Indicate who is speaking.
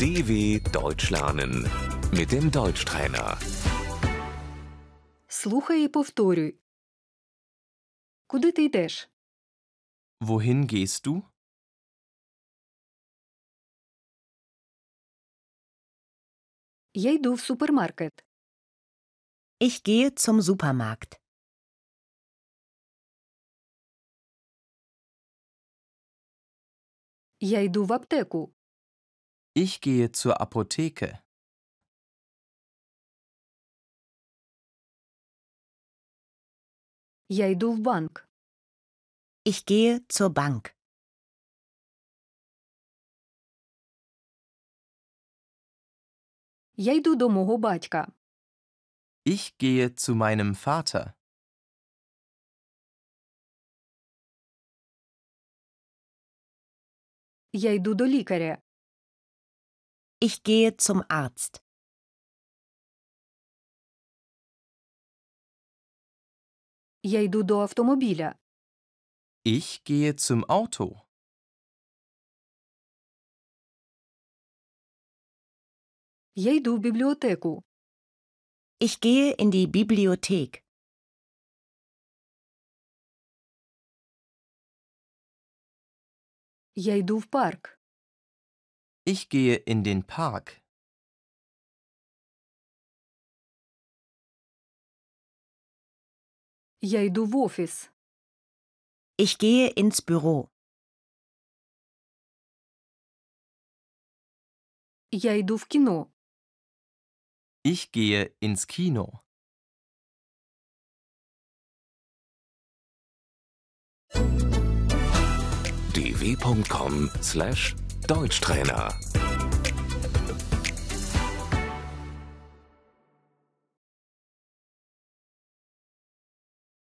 Speaker 1: DW Deutsch lernen mit dem Deutschtrainer.
Speaker 2: Слухай і повторюй. Куди ти йдеш?
Speaker 3: Wohin gehst du?
Speaker 2: Я йду в супермаркет.
Speaker 4: Ich gehe zum Supermarkt.
Speaker 2: Я йду в аптеку.
Speaker 3: Ich gehe zur Apotheke.
Speaker 2: Я йду в банк.
Speaker 4: Ich gehe zur Bank.
Speaker 2: Я йду до мого батька.
Speaker 3: Ich gehe zu meinem Vater.
Speaker 2: Я йду до лікаря.
Speaker 4: Ich gehe zum Arzt.
Speaker 2: Я йду до автомобіля.
Speaker 3: Ich gehe zum Auto.
Speaker 2: Я йду в бібліотеку.
Speaker 4: Ich gehe in die Bibliothek.
Speaker 2: Я йду в парк.
Speaker 3: Ich gehe in den Park.
Speaker 2: Я йду в офіс.
Speaker 4: Ich gehe ins Büro.
Speaker 2: Я йду в кіно.
Speaker 3: Ich gehe ins Kino.
Speaker 1: dw.com/deutschtrainer